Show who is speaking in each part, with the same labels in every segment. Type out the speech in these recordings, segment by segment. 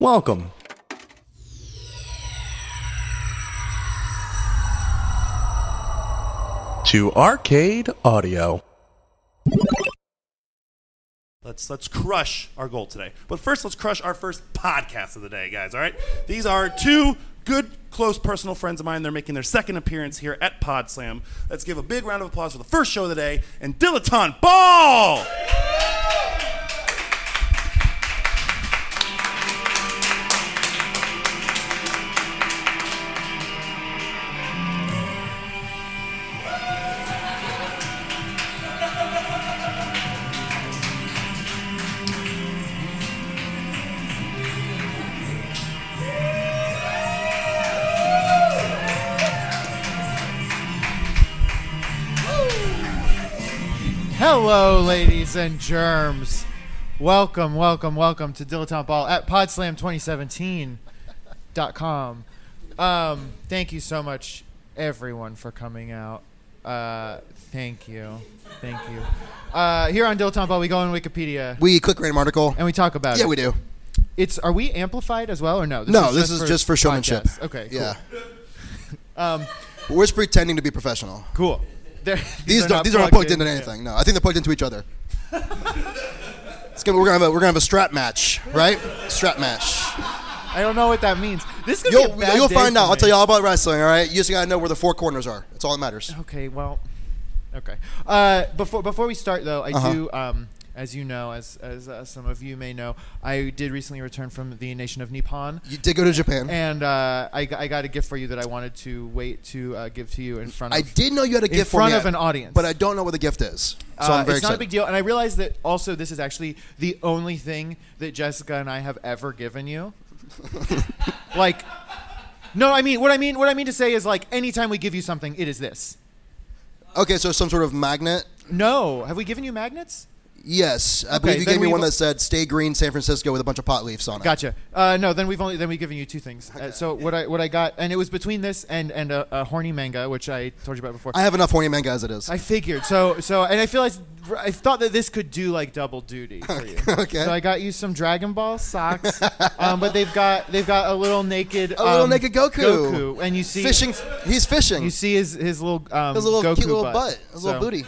Speaker 1: Welcome. To Arcade Audio.
Speaker 2: Let's let's crush our goal today. But first, let's crush our first podcast of the day, guys. All right, these are two good, close, personal friends of mine. They're making their second appearance here at Pod Slam. Let's give a big round of applause for the first show of the day and Dilettante Ball.
Speaker 3: Hello, ladies and germs. Welcome, welcome, welcome to Dilettante Ball at podslam2017.com. Um, thank you so much, everyone, for coming out. Uh, thank you. Thank you. Uh, here on Dilettante Ball, we go on Wikipedia
Speaker 4: We click random article.
Speaker 3: and we talk about
Speaker 4: yeah,
Speaker 3: it.
Speaker 4: we do.
Speaker 3: It's Are we amplified as well or no?
Speaker 4: No, this is just for showmanship.
Speaker 3: podcasts. Okay, cool.
Speaker 4: Yeah. um, We're just pretending to be professional.
Speaker 3: Cool. They're-
Speaker 4: These
Speaker 3: are
Speaker 4: don't, these are not plugged into anything. No, I think they're plugged into each other. it's gonna, we're gonna have a, we're gonna have a strap match, right? Strap match.
Speaker 3: I don't know what that means. This is going to
Speaker 4: You'll
Speaker 3: be a bad
Speaker 4: you'll
Speaker 3: day
Speaker 4: find
Speaker 3: for
Speaker 4: out. I'll
Speaker 3: me.
Speaker 4: tell you all about wrestling. All right, you just gotta know where the four corners are. That's all that matters.
Speaker 3: Okay, well, okay. Uh, before before we start though, I
Speaker 4: Uh-huh.
Speaker 3: do, um, as you know, as as uh, some of you may know, I did recently return from the nation of Nippon,
Speaker 4: You did go to Japan.
Speaker 3: and uh, I g- I got a gift for you that I wanted to wait to uh, give to you in front of.
Speaker 4: I did know you had a
Speaker 3: in
Speaker 4: gift for
Speaker 3: front
Speaker 4: me,
Speaker 3: of an audience.
Speaker 4: but I don't know what the gift is. So
Speaker 3: Uh,
Speaker 4: I'm very
Speaker 3: it's not a
Speaker 4: excited.
Speaker 3: big deal, and I realize that also this is actually the only thing that Jessica and I have ever given you. like, no, I mean what I mean what I mean to say is like anytime we give you something, it is this.
Speaker 4: Okay, so some sort of magnet.
Speaker 3: No, have we given you magnets?
Speaker 4: Yes, I
Speaker 3: Okay,
Speaker 4: believe you
Speaker 3: then
Speaker 4: gave me
Speaker 3: we've-
Speaker 4: one that said "Stay Green, San Francisco" with a bunch of pot leaves on it.
Speaker 3: Gotcha. Uh, no, then we've only then we've given you two things. Uh, so what I what I got, and it was between this and and a, a horny manga, which I told you about before.
Speaker 4: I have enough horny manga as it is.
Speaker 3: I figured so so, and I feel like I thought that this could do like double duty for you.
Speaker 4: Okay.
Speaker 3: So I got you some Dragon Ball socks, um, but they've got they've got a little naked
Speaker 4: A little
Speaker 3: um,
Speaker 4: naked Goku.
Speaker 3: Goku, and you see
Speaker 4: fishing. He's fishing.
Speaker 3: You see his his little um,
Speaker 4: his little
Speaker 3: Goku
Speaker 4: cute little
Speaker 3: butt,
Speaker 4: butt. His little
Speaker 3: So-
Speaker 4: booty.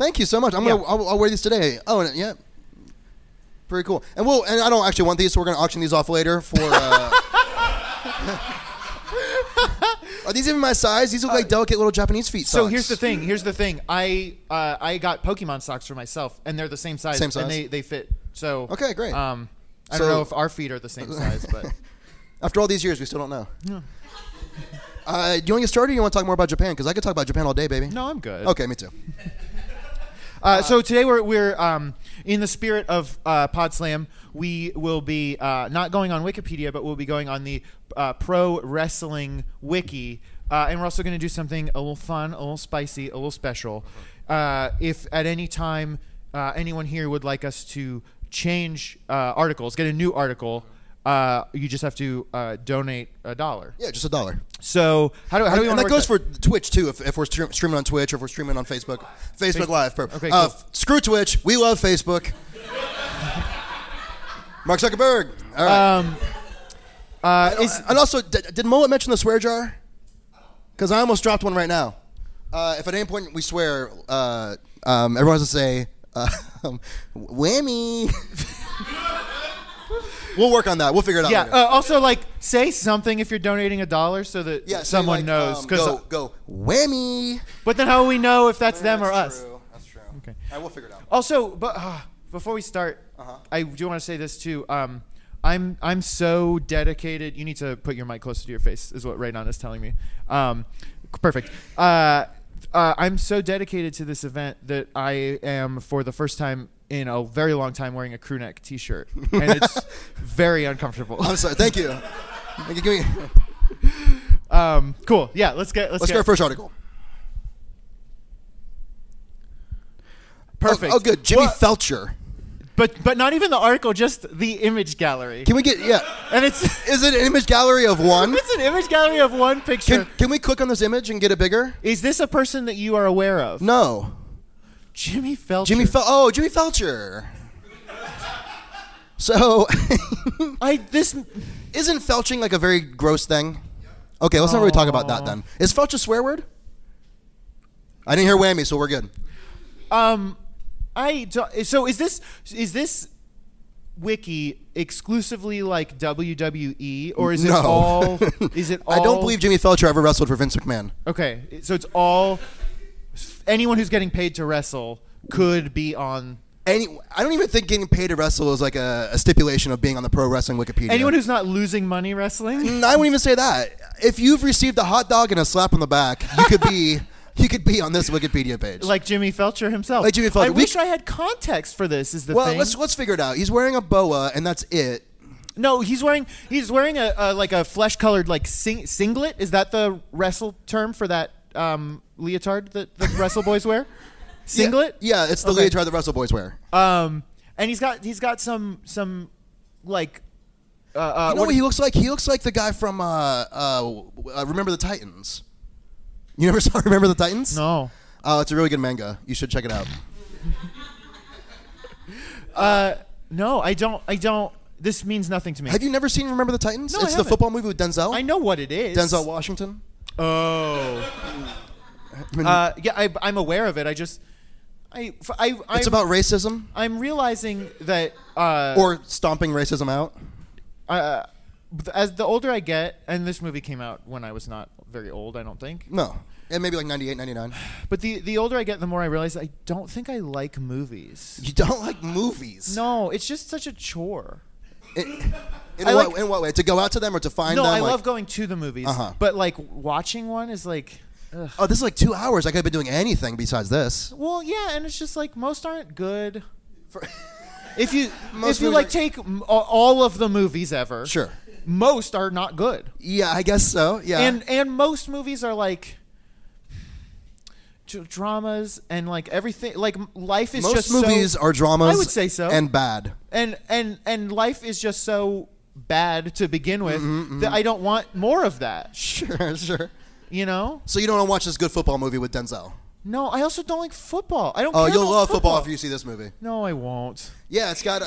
Speaker 4: Thank you so much. I'm gonna.
Speaker 3: Yeah.
Speaker 4: I'll, I'll wear these today. Oh, and yeah. Pretty cool. And we'll. And I don't actually want these, so we're gonna auction these off later for. Uh, Are these even my size? These look like delicate little Japanese feet.
Speaker 3: Uh, So
Speaker 4: socks.
Speaker 3: here's the thing. Here's the thing. I uh, I got Pokemon socks for myself, and they're the same size.
Speaker 4: Same size?
Speaker 3: And they, they fit. So
Speaker 4: Okay, great.
Speaker 3: Um, I
Speaker 4: So-
Speaker 3: don't know if our feet are the same size, but
Speaker 4: After all these years, we still don't know. Uh, do you want to get started? Or you want to talk more about Japan? Because I could talk about Japan all day, baby.
Speaker 3: no, I'm good.
Speaker 4: Okay, me too.
Speaker 3: Uh, so today we're we're um, in the spirit of uh, Pod Slam. We will be uh, not going on Wikipedia, but we'll be going on the uh, Pro Wrestling Wiki, uh, and we're also going to do something a little fun, a little spicy, a little special. Uh, if at any time uh, anyone here would like us to change uh, articles, get a new article, uh, you just have to uh, donate a dollar.
Speaker 4: Yeah, just a dollar.
Speaker 3: So how do how do we
Speaker 4: and
Speaker 3: wanna work
Speaker 4: that goes for Twitch too. If, if we're stream- streaming on Twitch or if we're streaming on Facebook, Facebook Live. Per-
Speaker 3: Okay,
Speaker 4: uh,
Speaker 3: cool.
Speaker 4: f- screw Twitch. We love Facebook. Mark Zuckerberg. All right.
Speaker 3: Um, uh, is,
Speaker 4: and also, did, did Mullet mention the swear jar? Because I almost dropped one right now. Uh, if at any point we swear, uh, um, everyone has to say uh, um, whammy. we'll work on that. We'll figure it out.
Speaker 3: Yeah.
Speaker 4: later.
Speaker 3: Uh, also, like, say something if you're donating a dollar, so that
Speaker 4: yeah. say
Speaker 3: someone
Speaker 4: like,
Speaker 3: knows.
Speaker 4: um,
Speaker 3: 'cause- uh,
Speaker 4: go, go whammy.
Speaker 3: but then how will we know if that's them or us?
Speaker 4: That's true.
Speaker 3: Okay.
Speaker 4: I will figure it out.
Speaker 3: Also, but uh, before we start,
Speaker 4: Uh-huh.
Speaker 3: I do want to say this too. Um, I'm I'm so dedicated. You need to put your mic closer to your face, is what Radon is telling me. Um, perfect. Uh, uh, I'm so dedicated to this event that I am for the first time in a very long time wearing a crew neck T-shirt, and it's very uncomfortable.
Speaker 4: Oh, I'm sorry. Thank you. Thank you. Give me-
Speaker 3: Um, cool. Yeah. Let's get. Let's,
Speaker 4: let's
Speaker 3: get
Speaker 4: go to our first article.
Speaker 3: Perfect.
Speaker 4: Oh, oh, good. Jimmy
Speaker 3: Well,
Speaker 4: Felcher.
Speaker 3: But but not even the article, just the image gallery.
Speaker 4: Can we get yeah?
Speaker 3: and it's
Speaker 4: Is it an image gallery of one?
Speaker 3: it's an image gallery of one picture.
Speaker 4: Can, can we click on this image and get it bigger?
Speaker 3: Is this a person that you are aware of?
Speaker 4: No.
Speaker 3: Jimmy Felcher.
Speaker 4: Jimmy Fel. Oh, Jimmy Felcher. So,
Speaker 3: I this
Speaker 4: isn't felching like a very gross thing? Okay, let's not really talk about that then. Is felch a swear word? I didn't hear whammy, so we're good.
Speaker 3: um I do, so is this is this wiki exclusively like WWE or is it
Speaker 4: No.
Speaker 3: all is it all
Speaker 4: I don't believe Jimmy Felcher ever wrestled for Vince McMahon.
Speaker 3: Okay, so it's all anyone who's getting paid to wrestle could be on
Speaker 4: Any, I don't even think getting paid to wrestle is like a, a stipulation of being on the pro wrestling Wikipedia.
Speaker 3: anyone who's not losing money wrestling.
Speaker 4: Mm, I wouldn't even say that. If you've received a hot dog and a slap on the back, you could be you could be on this Wikipedia page.
Speaker 3: Like Jimmy Felcher himself.
Speaker 4: Like Jimmy Felcher.
Speaker 3: I
Speaker 4: We-
Speaker 3: wish I had context for this. Is the
Speaker 4: well,
Speaker 3: thing?
Speaker 4: let's let's figure it out. He's wearing a boa, and that's it.
Speaker 3: No, he's wearing he's wearing a, a like a flesh colored like sing, singlet. Is that the wrestle term for that um, leotard that the wrestle boys wear? Singlet.
Speaker 4: Yeah, yeah, it's the
Speaker 3: Okay.
Speaker 4: leotard the Russell boys wear.
Speaker 3: Um, and he's got he's got some some like uh, uh,
Speaker 4: you know
Speaker 3: what-
Speaker 4: what, he looks like? He looks like the guy from uh, uh, uh, Remember the Titans. You never saw Remember the Titans?
Speaker 3: no.
Speaker 4: Oh, it's a really good manga. You should check it out.
Speaker 3: No, I don't. I don't. This means nothing to me.
Speaker 4: Have you never seen Remember the Titans?
Speaker 3: No, I
Speaker 4: it's the
Speaker 3: haven't.
Speaker 4: football movie with Denzel.
Speaker 3: I know what it is.
Speaker 4: Denzel Washington.
Speaker 3: Oh.
Speaker 4: I mean,
Speaker 3: Uh, yeah, I, I'm aware of it. I just, I, f- I, I'm,
Speaker 4: it's about racism
Speaker 3: I'm realizing that uh,
Speaker 4: or stomping racism out.
Speaker 3: uh, as the older I get, and this movie came out when I was not very old, I don't think.
Speaker 4: No, and maybe like 98, 99.
Speaker 3: But the the older I get, the more I realize I don't think I like movies.
Speaker 4: You don't like movies.
Speaker 3: No, it's just such a chore.
Speaker 4: In, in
Speaker 3: I
Speaker 4: what,
Speaker 3: like-
Speaker 4: in what way? To go out to them or to find
Speaker 3: no,
Speaker 4: them?
Speaker 3: I
Speaker 4: like,
Speaker 3: love going to the movies,
Speaker 4: Uh-huh.
Speaker 3: but like watching one is like. Ugh.
Speaker 4: Oh, this is like two hours. I could have been doing anything besides this.
Speaker 3: Well, yeah, and it's just like most aren't good. if you
Speaker 4: Most
Speaker 3: if you
Speaker 4: movies
Speaker 3: like
Speaker 4: are-
Speaker 3: take m- a- all of the movies ever,
Speaker 4: Sure.
Speaker 3: most are not good,
Speaker 4: Yeah, I guess so. Yeah.
Speaker 3: and and most movies are like d- dramas and like everything like m- life is
Speaker 4: most
Speaker 3: just
Speaker 4: movies
Speaker 3: so,
Speaker 4: are dramas.
Speaker 3: I would say so.
Speaker 4: And bad.
Speaker 3: and and and life is just so bad to begin with that I don't want more of that.
Speaker 4: Mm-hmm, Sure, sure.
Speaker 3: You know?
Speaker 4: So you don't want to watch this good football movie with Denzel?
Speaker 3: No, I also don't like football. I don't.
Speaker 4: Oh,
Speaker 3: care
Speaker 4: you'll
Speaker 3: about
Speaker 4: love
Speaker 3: football.
Speaker 4: football. if you see this movie.
Speaker 3: No, I won't.
Speaker 4: Yeah, it's got a,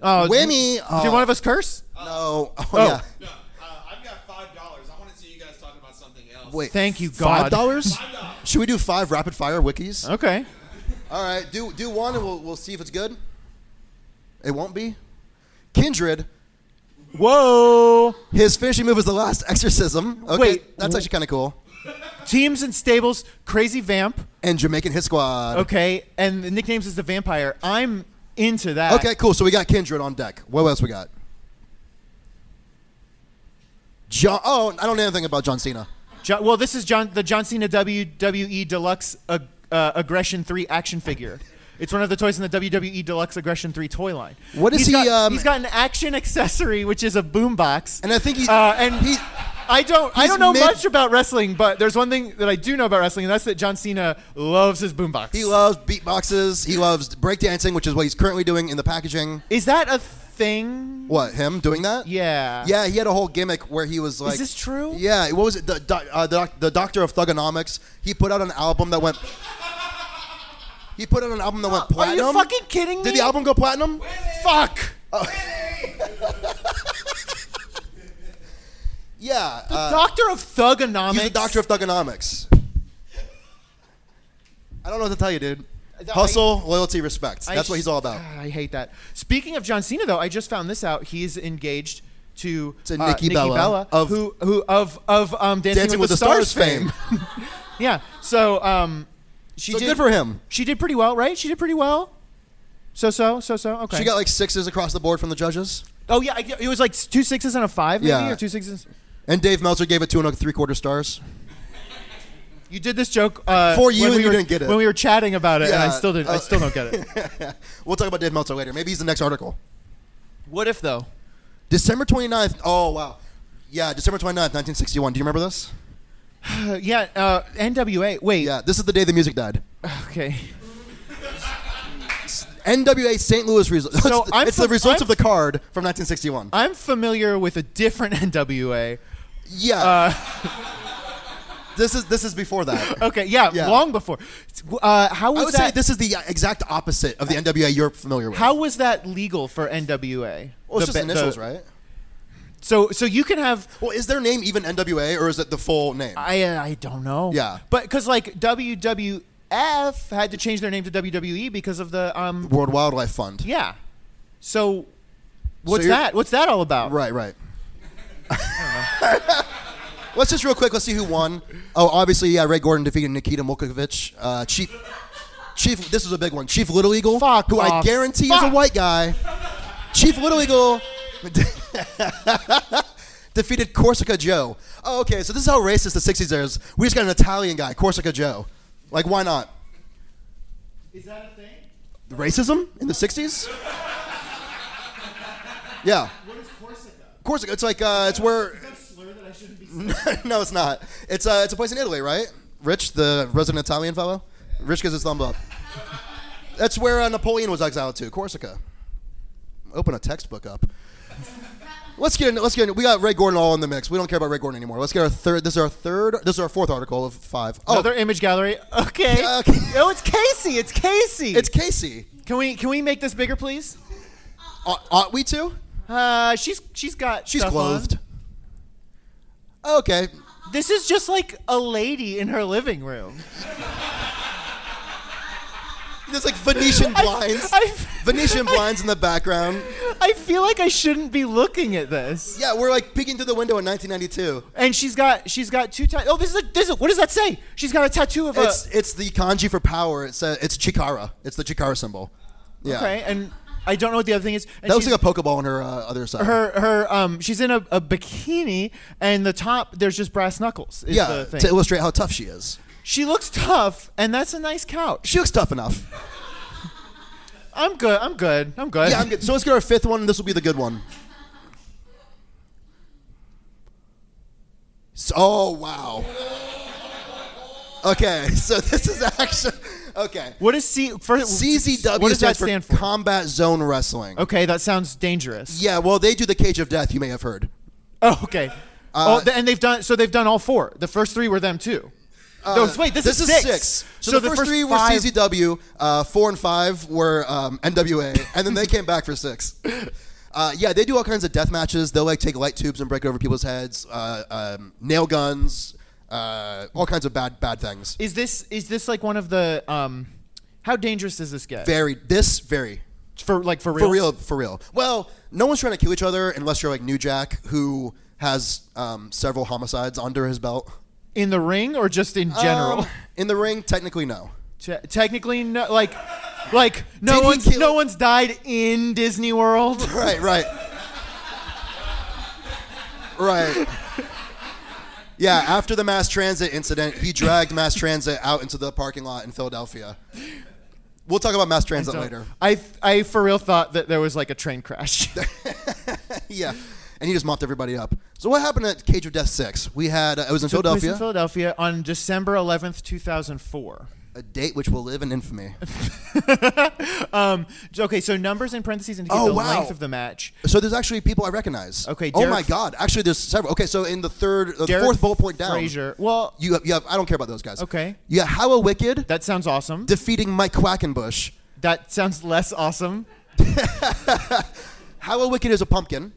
Speaker 3: Oh,
Speaker 4: Whammy.
Speaker 3: Did
Speaker 4: Oh.
Speaker 3: one of us curse?
Speaker 4: no. Oh,
Speaker 3: Oh.
Speaker 4: yeah.
Speaker 5: No, uh, I've got five dollars. I want to see you guys talking about something else.
Speaker 4: Wait.
Speaker 3: Thank you, God.
Speaker 4: Five dollars?
Speaker 5: Five dollars.
Speaker 4: Should we do five rapid fire wikis?
Speaker 3: Okay.
Speaker 4: All right, do do one, and we'll we'll see if it's good. It won't be. Kindred.
Speaker 3: Whoa.
Speaker 4: His finishing move is the last exorcism. Okay,
Speaker 3: Wait,
Speaker 4: that's
Speaker 3: wh-
Speaker 4: actually kind of cool.
Speaker 3: Teams and stables, crazy vamp.
Speaker 4: And Jamaican Hit Squad.
Speaker 3: Okay, and the nicknames is the vampire. I'm into that.
Speaker 4: Okay, cool. So we got Kindred on deck. What else we got? John. Oh, I don't know anything about John Cena.
Speaker 3: Jo- well, this is John the John Cena WWE Deluxe Ag- uh, Aggression Three action figure. It's one of the toys in the WWE Deluxe Aggression Three toy line.
Speaker 4: What is
Speaker 3: He's
Speaker 4: he,
Speaker 3: got-
Speaker 4: um,
Speaker 3: he's got an action accessory, which is a boombox.
Speaker 4: And I think he.
Speaker 3: Uh, and
Speaker 4: he.
Speaker 3: I don't. I
Speaker 4: he's
Speaker 3: don't know
Speaker 4: mid-
Speaker 3: much about wrestling, but there's one thing that I do know about wrestling, and that's that John Cena loves his boombox.
Speaker 4: He loves beatboxes. He loves breakdancing, which is what he's currently doing in the packaging.
Speaker 3: Is that a thing?
Speaker 4: What him doing that?
Speaker 3: Yeah.
Speaker 4: Yeah, he had a whole gimmick where he was like,
Speaker 3: this true?
Speaker 4: Yeah, what was it? The, doc- uh, the, doc- the Doctor of Thugonomics. He put out an album that went. He put out an album that went
Speaker 3: Are
Speaker 4: platinum.
Speaker 3: you fucking kidding me?
Speaker 4: Did the album go platinum?
Speaker 3: Fuck.
Speaker 4: Yeah, uh,
Speaker 3: Doctor of Thugonomics.
Speaker 4: he's the Doctor of Thugonomics. I don't know what to tell you, dude.
Speaker 3: I-
Speaker 4: Hustle, loyalty, respect.
Speaker 3: I
Speaker 4: That's what
Speaker 3: sh-
Speaker 4: he's all about.
Speaker 3: God, I hate that. Speaking of John Cena, though, I just found this out. He's engaged to,
Speaker 4: To
Speaker 3: uh,
Speaker 4: Nikki Bella of-
Speaker 3: who who of of um, Dancing,
Speaker 4: Dancing
Speaker 3: with, the, Stars, fame.
Speaker 4: fame.
Speaker 3: yeah. So um, she
Speaker 4: So
Speaker 3: did,
Speaker 4: good for him.
Speaker 3: She did pretty well, right? She did pretty well. So so so so. Okay.
Speaker 4: She got like sixes across the board from the judges,
Speaker 3: oh yeah, I- it was like two sixes and a five, maybe
Speaker 4: Yeah.
Speaker 3: or two sixes.
Speaker 4: and Dave Meltzer gave it two and a three quarter stars.
Speaker 3: You did this joke uh,
Speaker 4: For you
Speaker 3: when
Speaker 4: and
Speaker 3: we
Speaker 4: you
Speaker 3: were,
Speaker 4: didn't get it.
Speaker 3: when we were chatting about it, and I
Speaker 4: Yeah,
Speaker 3: still didn't. I
Speaker 4: uh,
Speaker 3: still don't get it.
Speaker 4: We'll talk about Dave Meltzer later. Maybe he's the next article.
Speaker 3: what if though?
Speaker 4: December 29th. Oh, wow. Yeah, December 29th, 1961. Do you remember this?
Speaker 3: Uh, yeah, uh, NWA. Wait.
Speaker 4: Yeah, this is the day the music died.
Speaker 3: Okay.
Speaker 4: NWA St. Louis results.
Speaker 3: So
Speaker 4: it's
Speaker 3: I'm
Speaker 4: the,
Speaker 3: fam-
Speaker 4: results
Speaker 3: I'm Uh,
Speaker 4: of the card from 1961.
Speaker 3: uh, I'm familiar with a different NWA.
Speaker 4: yeah. this is this is before that.
Speaker 3: Okay, yeah,
Speaker 4: Yeah.
Speaker 3: long before. Uh, how was
Speaker 4: I would
Speaker 3: that?
Speaker 4: say this is the uh, exact opposite of the NWA you're familiar with.
Speaker 3: how was that legal for NWA?
Speaker 4: Well, it's
Speaker 3: The
Speaker 4: just
Speaker 3: ba-
Speaker 4: initials,
Speaker 3: the-
Speaker 4: right?
Speaker 3: So, so you can have.
Speaker 4: Well, is their name even NWA or is it the full name?
Speaker 3: I uh, I don't know.
Speaker 4: Yeah.
Speaker 3: but because like WWF had to change their name to WWE because of the um
Speaker 4: World Wildlife Fund.
Speaker 3: yeah. So, what's
Speaker 4: you're-
Speaker 3: that? What's that all about?
Speaker 4: Right, right. let's just real quick. Let's see who won. Oh, obviously, yeah. Ray Gordon defeated Nikita Molkovich. Uh, Chief, Chief. This is a big one. Chief Little Eagle,
Speaker 3: Fuck
Speaker 4: who I
Speaker 3: off.
Speaker 4: guarantee is
Speaker 3: Fuck.
Speaker 4: a white guy. Chief Little Eagle defeated Corsica Joe. Oh, okay. So this is how racist the '60s is. We just got an Italian guy, Corsica Joe. Like, why not?
Speaker 3: Is that a thing?
Speaker 4: Racism in the '60s? Yeah.
Speaker 3: What is Corsica?
Speaker 4: Corsica. It's like uh, it's where
Speaker 3: That slur that I shouldn't be.
Speaker 4: no, it's not. It's uh, it's a place in Italy, right? Rich, the resident Italian fellow. Rich gives his thumb up. That's where uh, Napoleon was exiled to, Corsica. Open a textbook up. Let's get in, let's get in. We got Ray Gordon all in the mix. We don't care about Ray Gordon anymore. Let's get our third. This is our third. This is our fourth article of five. Oh,
Speaker 3: Another image gallery. Okay.
Speaker 4: Yeah, okay.
Speaker 3: Oh, it's Casey. It's Casey.
Speaker 4: it's Casey.
Speaker 3: Can we can we make this bigger, please?
Speaker 4: Ought, ought we to?
Speaker 3: Uh, she's she's got
Speaker 4: She's
Speaker 3: stuff on.
Speaker 4: clothed. Okay.
Speaker 3: This is just like a lady in her living room.
Speaker 4: There's like Venetian blinds.
Speaker 3: I,
Speaker 4: Venetian blinds in the background.
Speaker 3: I feel like I shouldn't be looking at this.
Speaker 4: Yeah, we're like peeking through the window in 1992.
Speaker 3: And she's got she's got two tattoos. Oh, this is a this is, what does that say? She's got a tattoo of a
Speaker 4: It's it's the kanji for power. It's uh, it's chikara. It's the chikara symbol. Yeah.
Speaker 3: okay, and I don't know what the other thing is. And
Speaker 4: That looks
Speaker 3: she's-
Speaker 4: like a pokeball on her uh, other side.
Speaker 3: her her um she's in a, a bikini and the top there's just brass knuckles. Is
Speaker 4: yeah,
Speaker 3: the thing.
Speaker 4: to illustrate how tough she is.
Speaker 3: she looks tough, and that's a nice couch.
Speaker 4: She looks tough enough.
Speaker 3: I'm good. I'm good. I'm good.
Speaker 4: Yeah, I'm good. So let's get our fifth one. and This will be the good one. So, oh wow. Okay, so this is actually okay.
Speaker 3: What is C for
Speaker 4: CZW
Speaker 3: What does that
Speaker 4: stands
Speaker 3: stand
Speaker 4: for
Speaker 3: for?
Speaker 4: Combat Zone Wrestling.
Speaker 3: okay, that sounds dangerous.
Speaker 4: Yeah, well, they do the Cage of Death. You may have heard.
Speaker 3: Oh, okay.
Speaker 4: Uh,
Speaker 3: oh, th- and they've done so. They've done all four. The first three were them too. no, wait. This,
Speaker 4: Uh, this
Speaker 3: is,
Speaker 4: six.
Speaker 3: six.
Speaker 4: So, the, first, three
Speaker 3: five-
Speaker 4: were CZW, uh, four and five were um, NWA, and then they came back for six. Uh, yeah, they do all kinds of death matches. They'll like take light tubes and break it over people's heads, uh, um, nail guns, uh, all kinds of bad bad things.
Speaker 3: Is this is this like one of the um? How dangerous does this get?
Speaker 4: Very this very
Speaker 3: for like for real.
Speaker 4: for real for real. Well, no one's trying to kill each other unless you're like New Jack, who has um, several homicides under his belt.
Speaker 3: in the ring or just in general?
Speaker 4: Um, in the ring, technically no.
Speaker 3: Te- technically, no. Like, like no
Speaker 4: Did he
Speaker 3: one's
Speaker 4: kill-
Speaker 3: no one's died in Disney World.
Speaker 4: Right, right. Right. Yeah, after the mass transit incident, he dragged mass transit out into the parking lot in Philadelphia. We'll talk about mass transit later.
Speaker 3: I I for real thought that there was like a train crash.
Speaker 4: Yeah. And he just mopped everybody up. So what happened at Cage of Death 6? We had, uh, it was in
Speaker 3: Took place
Speaker 4: Philadelphia,
Speaker 3: in Philadelphia on December 11th, 2004.
Speaker 4: a date which will live in infamy.
Speaker 3: Um, okay, so numbers in parentheses indicate
Speaker 4: Oh,
Speaker 3: the
Speaker 4: wow.
Speaker 3: length of the match.
Speaker 4: So there's actually people I recognize.
Speaker 3: Okay,
Speaker 4: oh
Speaker 3: Derek-
Speaker 4: my God. Actually, there's several. Okay, so in the third, uh,
Speaker 3: Derek
Speaker 4: fourth bullet point down,
Speaker 3: Frazier. Well,
Speaker 4: you have, you have, I don't care about those guys.
Speaker 3: Okay.
Speaker 4: You have Howa Wicked
Speaker 3: that sounds awesome.
Speaker 4: defeating Mike Quackenbush.
Speaker 3: that sounds less awesome,
Speaker 4: How a Wicked is a pumpkin,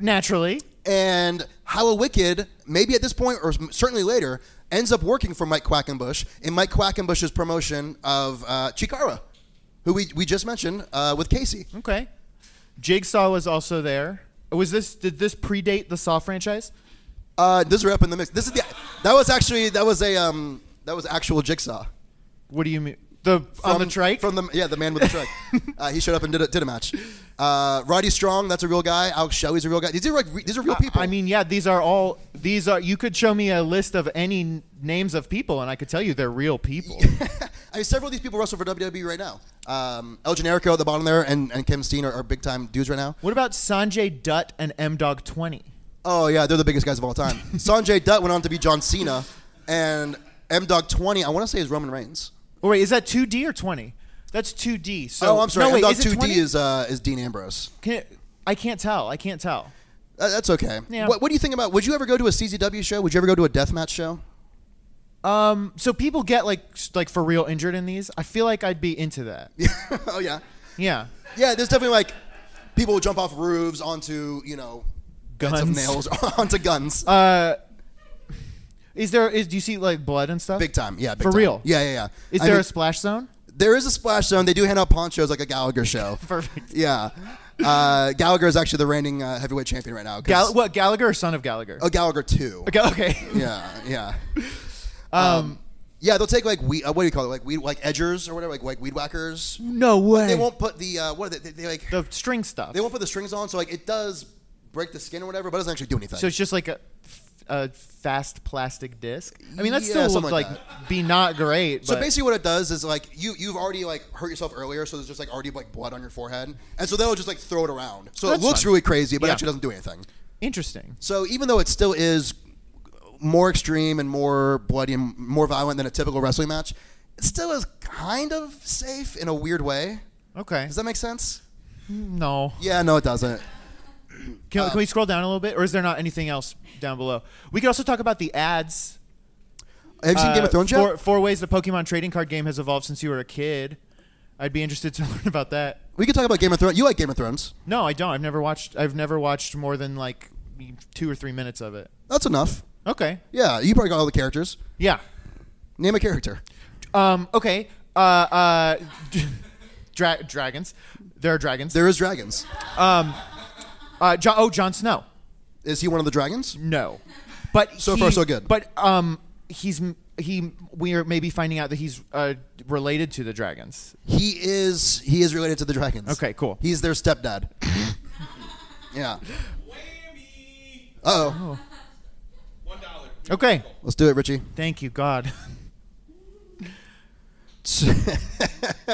Speaker 3: naturally.
Speaker 4: and How a Wicked, maybe at this point or certainly later, ends up working for Mike Quackenbush in Mike Quackenbush's promotion of uh, Chikara, who we, we just mentioned uh, with Casey.
Speaker 3: Okay. Jigsaw was also there. Was this did this predate the Saw franchise?
Speaker 4: Uh, this is up in the mix. This is the that was actually that was a um, that was actual Jigsaw
Speaker 3: What do you mean? The on the trike?
Speaker 4: from the yeah the man with the trike. uh, he showed up and did a, did a match. Uh, Roddy Strong, that's a real guy. Alex Shelley's a real guy. These are like re- these are real
Speaker 3: I-
Speaker 4: people.
Speaker 3: I mean, yeah, these are all these are you could show me a list of any n- names of people and I could tell you they're real people.
Speaker 4: I mean, several of these people wrestle for WWE right now. Um, El Generico at the bottom there and, and Kim Steen are, are big time dudes right now.
Speaker 3: what about Sanjay Dutt and M Dog 20?
Speaker 4: Oh, yeah, they're the biggest guys of all time. Sanjay Dutt went on to be John Cena, and M Dog 20, I want to say, is Roman Reigns.
Speaker 3: Oh wait, is that 2D or 20? That's 2D. So
Speaker 4: oh, I'm sorry.
Speaker 3: No, wait,
Speaker 4: M Dog
Speaker 3: is it
Speaker 4: 2D
Speaker 3: 20?
Speaker 4: is, uh, is Dean Ambrose.
Speaker 3: Can, I can't tell. I can't tell.
Speaker 4: Uh, that's okay.
Speaker 3: Yeah.
Speaker 4: What, what do you think about? Would you ever go to a CZW show? Would you ever go to a deathmatch show?
Speaker 3: Um, so people get like s- like for real injured in these. I feel like I'd be into that.
Speaker 4: oh yeah,
Speaker 3: Yeah.
Speaker 4: yeah. There's definitely like people who jump off roofs onto you know beds of
Speaker 3: Guns.
Speaker 4: nails onto guns.
Speaker 3: Uh, is there is do you see like blood and stuff?
Speaker 4: big time, yeah. Big
Speaker 3: for
Speaker 4: time.
Speaker 3: real?
Speaker 4: yeah, yeah, yeah.
Speaker 3: Is
Speaker 4: I
Speaker 3: there
Speaker 4: mean,
Speaker 3: a splash zone?
Speaker 4: there is a splash zone. They do hand out ponchos like a Gallagher show.
Speaker 3: Perfect.
Speaker 4: yeah, uh, Gallagher is actually the reigning uh, heavyweight champion right now. 'cause-
Speaker 3: Gall- what Gallagher or son of Gallagher?
Speaker 4: Oh, Gallagher two.
Speaker 3: Okay. okay.
Speaker 4: Yeah, yeah. Um, yeah, they'll take like weed. Uh, what do you call it? Like weed, like edgers or whatever, like like weed whackers.
Speaker 3: No way.
Speaker 4: They won't put the uh, what are they, they, they like
Speaker 3: the string stuff.
Speaker 4: they won't put the strings on, so like it does break the skin or whatever, but it doesn't actually do anything.
Speaker 3: So it's just like a, a fast plastic disc. I mean, that's
Speaker 4: Yeah,
Speaker 3: still
Speaker 4: something
Speaker 3: like,
Speaker 4: like
Speaker 3: be not great.
Speaker 4: So
Speaker 3: but-
Speaker 4: basically, what it does is like you you've already like hurt yourself earlier, so there's just like already like blood on your forehead, and so they'll just like throw it around. So
Speaker 3: That's
Speaker 4: it looks
Speaker 3: fine.
Speaker 4: really crazy, but it
Speaker 3: Yeah.
Speaker 4: actually doesn't do anything.
Speaker 3: interesting.
Speaker 4: So even though it still is more extreme and more bloody and more violent than a typical wrestling match, it still is kind of safe in a weird way.
Speaker 3: Okay.
Speaker 4: Does that make sense?
Speaker 3: no.
Speaker 4: Yeah, no, it doesn't. Uh,
Speaker 3: Can, can we scroll down a little bit, or is there not anything else down below? We could also talk about the ads.
Speaker 4: Have you seen Game
Speaker 3: Uh,
Speaker 4: of Thrones yet?
Speaker 3: Four, four ways the Pokemon trading card game has evolved since you were a kid. I'd be interested to learn about that.
Speaker 4: we could talk about Game of Thrones. You like Game of Thrones?
Speaker 3: No, I don't. I've never watched. I've never watched more than like two or three minutes of it.
Speaker 4: That's enough.
Speaker 3: Okay.
Speaker 4: Yeah, you probably got all the characters.
Speaker 3: Yeah.
Speaker 4: Name a character.
Speaker 3: Um, okay. Uh, uh, dra- dragons. There are dragons.
Speaker 4: There is dragons.
Speaker 3: Uh, jo- oh, Jon Snow.
Speaker 4: Is he one of the dragons?
Speaker 3: No, but
Speaker 4: So
Speaker 3: he-
Speaker 4: far, so good.
Speaker 3: But um, he's he. We are maybe finding out that he's uh, related to the dragons.
Speaker 4: He is. He is related to the dragons.
Speaker 3: Okay, cool.
Speaker 4: He's their stepdad. yeah.
Speaker 5: Whammy!
Speaker 4: Uh oh.
Speaker 5: One dollar.
Speaker 3: Okay,
Speaker 4: Let's do it, Richie.
Speaker 3: thank you, God.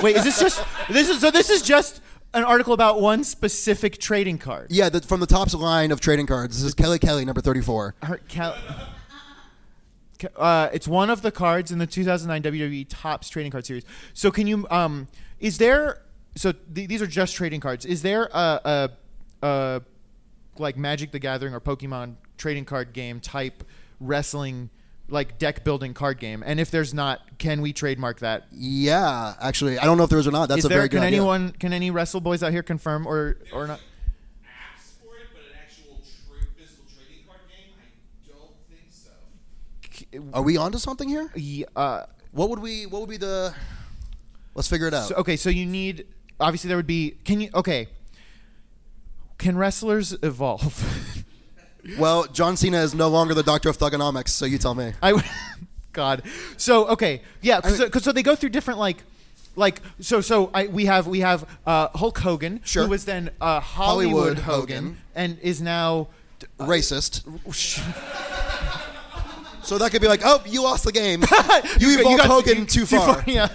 Speaker 3: Wait, is this just this is so? This is just an article about one specific trading card.
Speaker 4: yeah, the, from the top line of trading cards. This is Kelly Kelly, number thirty-four.
Speaker 3: Her- Cal- Ca- uh, it's one of the cards in the 2009 WWE Tops E Trading Card Series. So can you? Um, is there? So th- these are just trading cards. Is there a, a, a like Magic the Gathering or Pokemon trading card game type wrestling like deck building card game? And if there's not, can we trademark that?
Speaker 4: Yeah, actually, I don't know if there is or not. That's
Speaker 3: Is
Speaker 4: a
Speaker 3: there?
Speaker 4: very good
Speaker 3: Can
Speaker 4: idea.
Speaker 3: anyone? Can any wrestle boys out here confirm or or not?
Speaker 5: Apps for it, but an actual tra- physical trading card game? I don't think so.
Speaker 4: Are we onto something here?
Speaker 3: Yeah, uh,
Speaker 4: What would we? What would be the? Let's figure it out.
Speaker 3: So, okay, so you need obviously there would be can you okay. Can wrestlers evolve?
Speaker 4: well, John Cena is no longer the doctor of thugonomics, so you tell me.
Speaker 3: I would- God. So okay, yeah, cause, so- 'cause so they go through different like like so so I we have we have uh, Hulk Hogan
Speaker 4: Sure.
Speaker 3: who was then uh, Hollywood,
Speaker 4: Hollywood Hogan.
Speaker 3: Hogan, and is now
Speaker 4: Racist. so that could be like, oh, you lost the game. you
Speaker 3: got-
Speaker 4: evolved
Speaker 3: got-
Speaker 4: Hogan
Speaker 3: you-
Speaker 4: too far.
Speaker 3: yeah.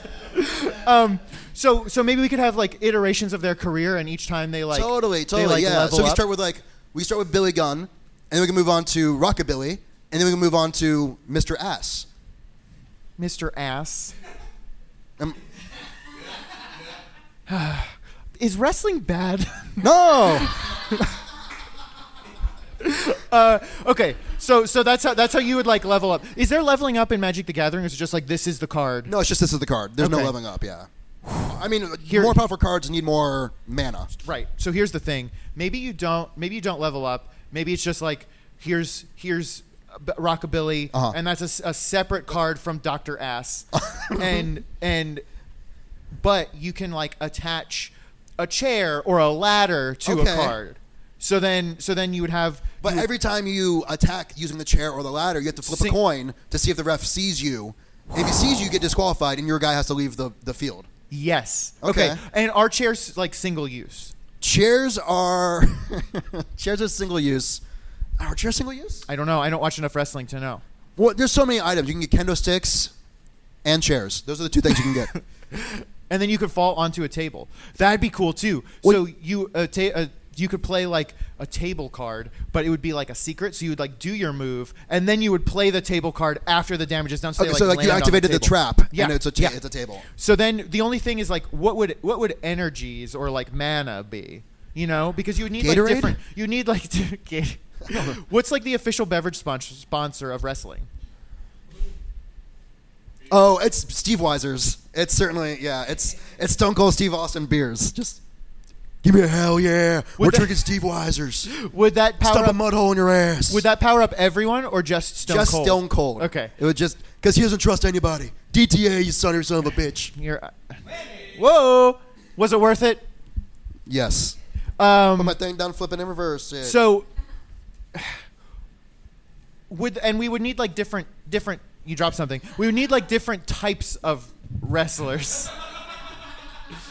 Speaker 3: um so so maybe we could have like iterations of their career and each time they like
Speaker 4: totally,
Speaker 3: they,
Speaker 4: totally,
Speaker 3: like,
Speaker 4: yeah.
Speaker 3: level
Speaker 4: So we
Speaker 3: up.
Speaker 4: start with like we start with Billy Gunn, and then we can move on to Rockabilly, and then we can move on to Mr. Ass.
Speaker 3: Mr. Ass.
Speaker 4: Um,
Speaker 3: Is wrestling bad?
Speaker 4: no,
Speaker 3: okay, so so that's how that's how you would like level up. Is there leveling up in Magic the Gathering, or is it just like this is the card?
Speaker 4: no, it's just this is the card. There's no
Speaker 3: Okay.
Speaker 4: leveling up. Yeah, I mean,
Speaker 3: Here-
Speaker 4: more powerful cards need more mana.
Speaker 3: Right. So here's the thing. Maybe you don't. Maybe you don't level up. Maybe it's just like here's here's uh, b- rockabilly,
Speaker 4: Uh-huh.
Speaker 3: and that's a s- a, separate card from Doctor Ass, and and but you can like attach a chair or a ladder to
Speaker 4: Okay.
Speaker 3: a card. So then so then you would have.
Speaker 4: But
Speaker 3: you-
Speaker 4: every time you attack using the chair or the ladder, you have to flip a
Speaker 3: Sing-
Speaker 4: coin to see if the ref sees you. If he sees you, you get disqualified, and your guy has to leave the, the field.
Speaker 3: yes.
Speaker 4: Okay.
Speaker 3: And our chairs like single use.
Speaker 4: Chairs are chairs are single use. Are chairs single use?
Speaker 3: I don't know. I don't watch enough wrestling to know.
Speaker 4: Well, there's so many items. You can get kendo sticks and chairs. Those are the two things you can get.
Speaker 3: and then you could fall onto a table. That'd be cool too. so you a ta- a, you could play like a table card, but it would be like a secret. So you would like do your move, and then you would play the table card after the damage is done. So,
Speaker 4: okay,
Speaker 3: they, like,
Speaker 4: so like you
Speaker 3: land on
Speaker 4: activated the,
Speaker 3: table.
Speaker 4: trap,
Speaker 3: Yeah,
Speaker 4: and it's a ta-
Speaker 3: yeah.
Speaker 4: it's a table.
Speaker 3: So then the only thing is like, what would what would energies or like mana be? You know, because you would need
Speaker 4: Gatorade?
Speaker 3: like different. You need like to get. What's like the official beverage sponsor, sponsor of wrestling?
Speaker 4: Oh, it's Steve Weiser's. It's certainly yeah. It's it's Stone Cold Steve Austin beers. Just give me a hell yeah. We're
Speaker 3: the-
Speaker 4: drinking Steve Weiser's.
Speaker 3: Would that power
Speaker 4: Stop a
Speaker 3: up?
Speaker 4: mud hole in your ass.
Speaker 3: Would that power up everyone or just Stone
Speaker 4: just
Speaker 3: Cold?
Speaker 4: Stone Cold.
Speaker 3: Okay.
Speaker 4: It would just because he doesn't trust anybody. DTA, you son of son of a bitch.
Speaker 3: You're, whoa! Was it worth it?
Speaker 4: Yes. Put
Speaker 3: Um,
Speaker 4: my thing down, flipping in reverse. Yeah.
Speaker 3: so would and we would need like different different. You dropped something. We would need like different types of wrestlers.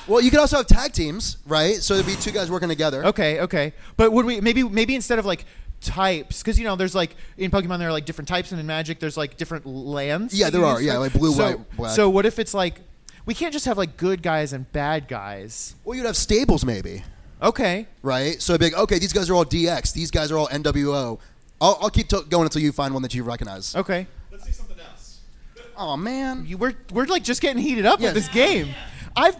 Speaker 4: well, you could also have tag teams, right? So there'd be two guys working together.
Speaker 3: Okay, okay. But would we maybe maybe instead of like types because you know there's like in Pokemon there are like different types and in Magic there's like different lands.
Speaker 4: Yeah,
Speaker 3: that
Speaker 4: there
Speaker 3: you
Speaker 4: are.
Speaker 3: use
Speaker 4: Yeah,
Speaker 3: for-
Speaker 4: like blue,
Speaker 3: so,
Speaker 4: white, black.
Speaker 3: So what if it's like we can't just have like good guys and bad guys?
Speaker 4: Well, you'd have stables maybe,
Speaker 3: Okay.
Speaker 4: right? So it'd be like, okay, these guys are all DX. These guys are all NWO. I'll, I'll keep t- going until you find one that you recognize.
Speaker 3: Okay.
Speaker 5: Let's see something else.
Speaker 4: Oh man.
Speaker 3: You, we're we're like just getting heated up
Speaker 4: Yeah.
Speaker 3: with this game. I've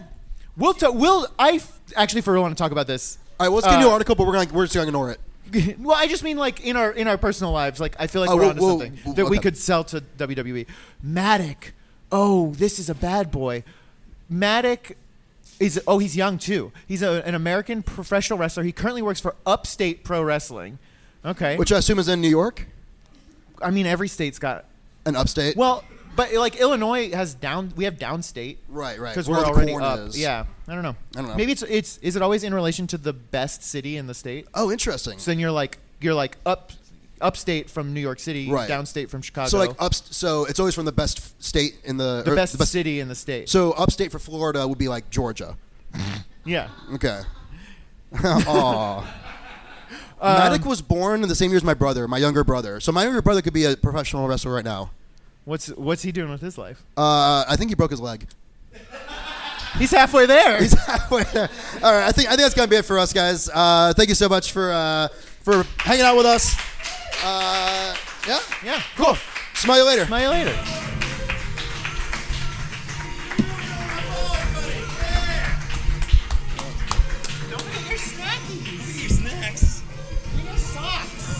Speaker 3: we'll ta- we'll I f- actually for real want to talk about this.
Speaker 4: All right, well, let's get a new
Speaker 3: Uh,
Speaker 4: article, but we're gonna we're just gonna ignore it.
Speaker 3: well, I just mean like in our in our personal lives. Like I feel like
Speaker 4: Oh,
Speaker 3: we're
Speaker 4: whoa,
Speaker 3: onto
Speaker 4: whoa,
Speaker 3: something
Speaker 4: whoa,
Speaker 3: that we
Speaker 4: okay.
Speaker 3: could sell to WWE. Matic, oh, this is a bad boy. Matic is oh, he's young too. He's a, an American professional wrestler. He currently works for Upstate Pro Wrestling. Okay,
Speaker 4: Which I assume is in New York
Speaker 3: I mean every state's got
Speaker 4: and upstate.
Speaker 3: well, but like Illinois has down. We have downstate.
Speaker 4: Right, right.
Speaker 3: Because
Speaker 4: Where
Speaker 3: we're
Speaker 4: the
Speaker 3: already
Speaker 4: corn
Speaker 3: up.
Speaker 4: is.
Speaker 3: Yeah, I don't know.
Speaker 4: I don't know.
Speaker 3: Maybe it's it's is it always in relation to the best city in the state?
Speaker 4: oh, interesting.
Speaker 3: So then you're like you're like up upstate from New York City,
Speaker 4: Right.
Speaker 3: downstate from Chicago.
Speaker 4: So like up, so it's always from the best f- state in the
Speaker 3: the
Speaker 4: or
Speaker 3: best city in the state.
Speaker 4: So upstate for Florida would be like Georgia.
Speaker 3: yeah.
Speaker 4: Okay.
Speaker 3: Um,
Speaker 4: Aw. Matic was born in the same year as my brother, my younger brother. So my younger brother could be a professional wrestler right now.
Speaker 3: What's what's he doing with his life?
Speaker 4: Uh, I think he broke his leg.
Speaker 3: He's halfway there.
Speaker 4: He's halfway there. All right, I think I think that's gonna be it for us, guys. Uh, thank you so much for uh, for hanging out with us. Uh, yeah.
Speaker 3: yeah. Cool.
Speaker 4: Smell you later.
Speaker 3: Smell you later.
Speaker 5: Don't forget your snackies. Look at your snacks. Bring your socks.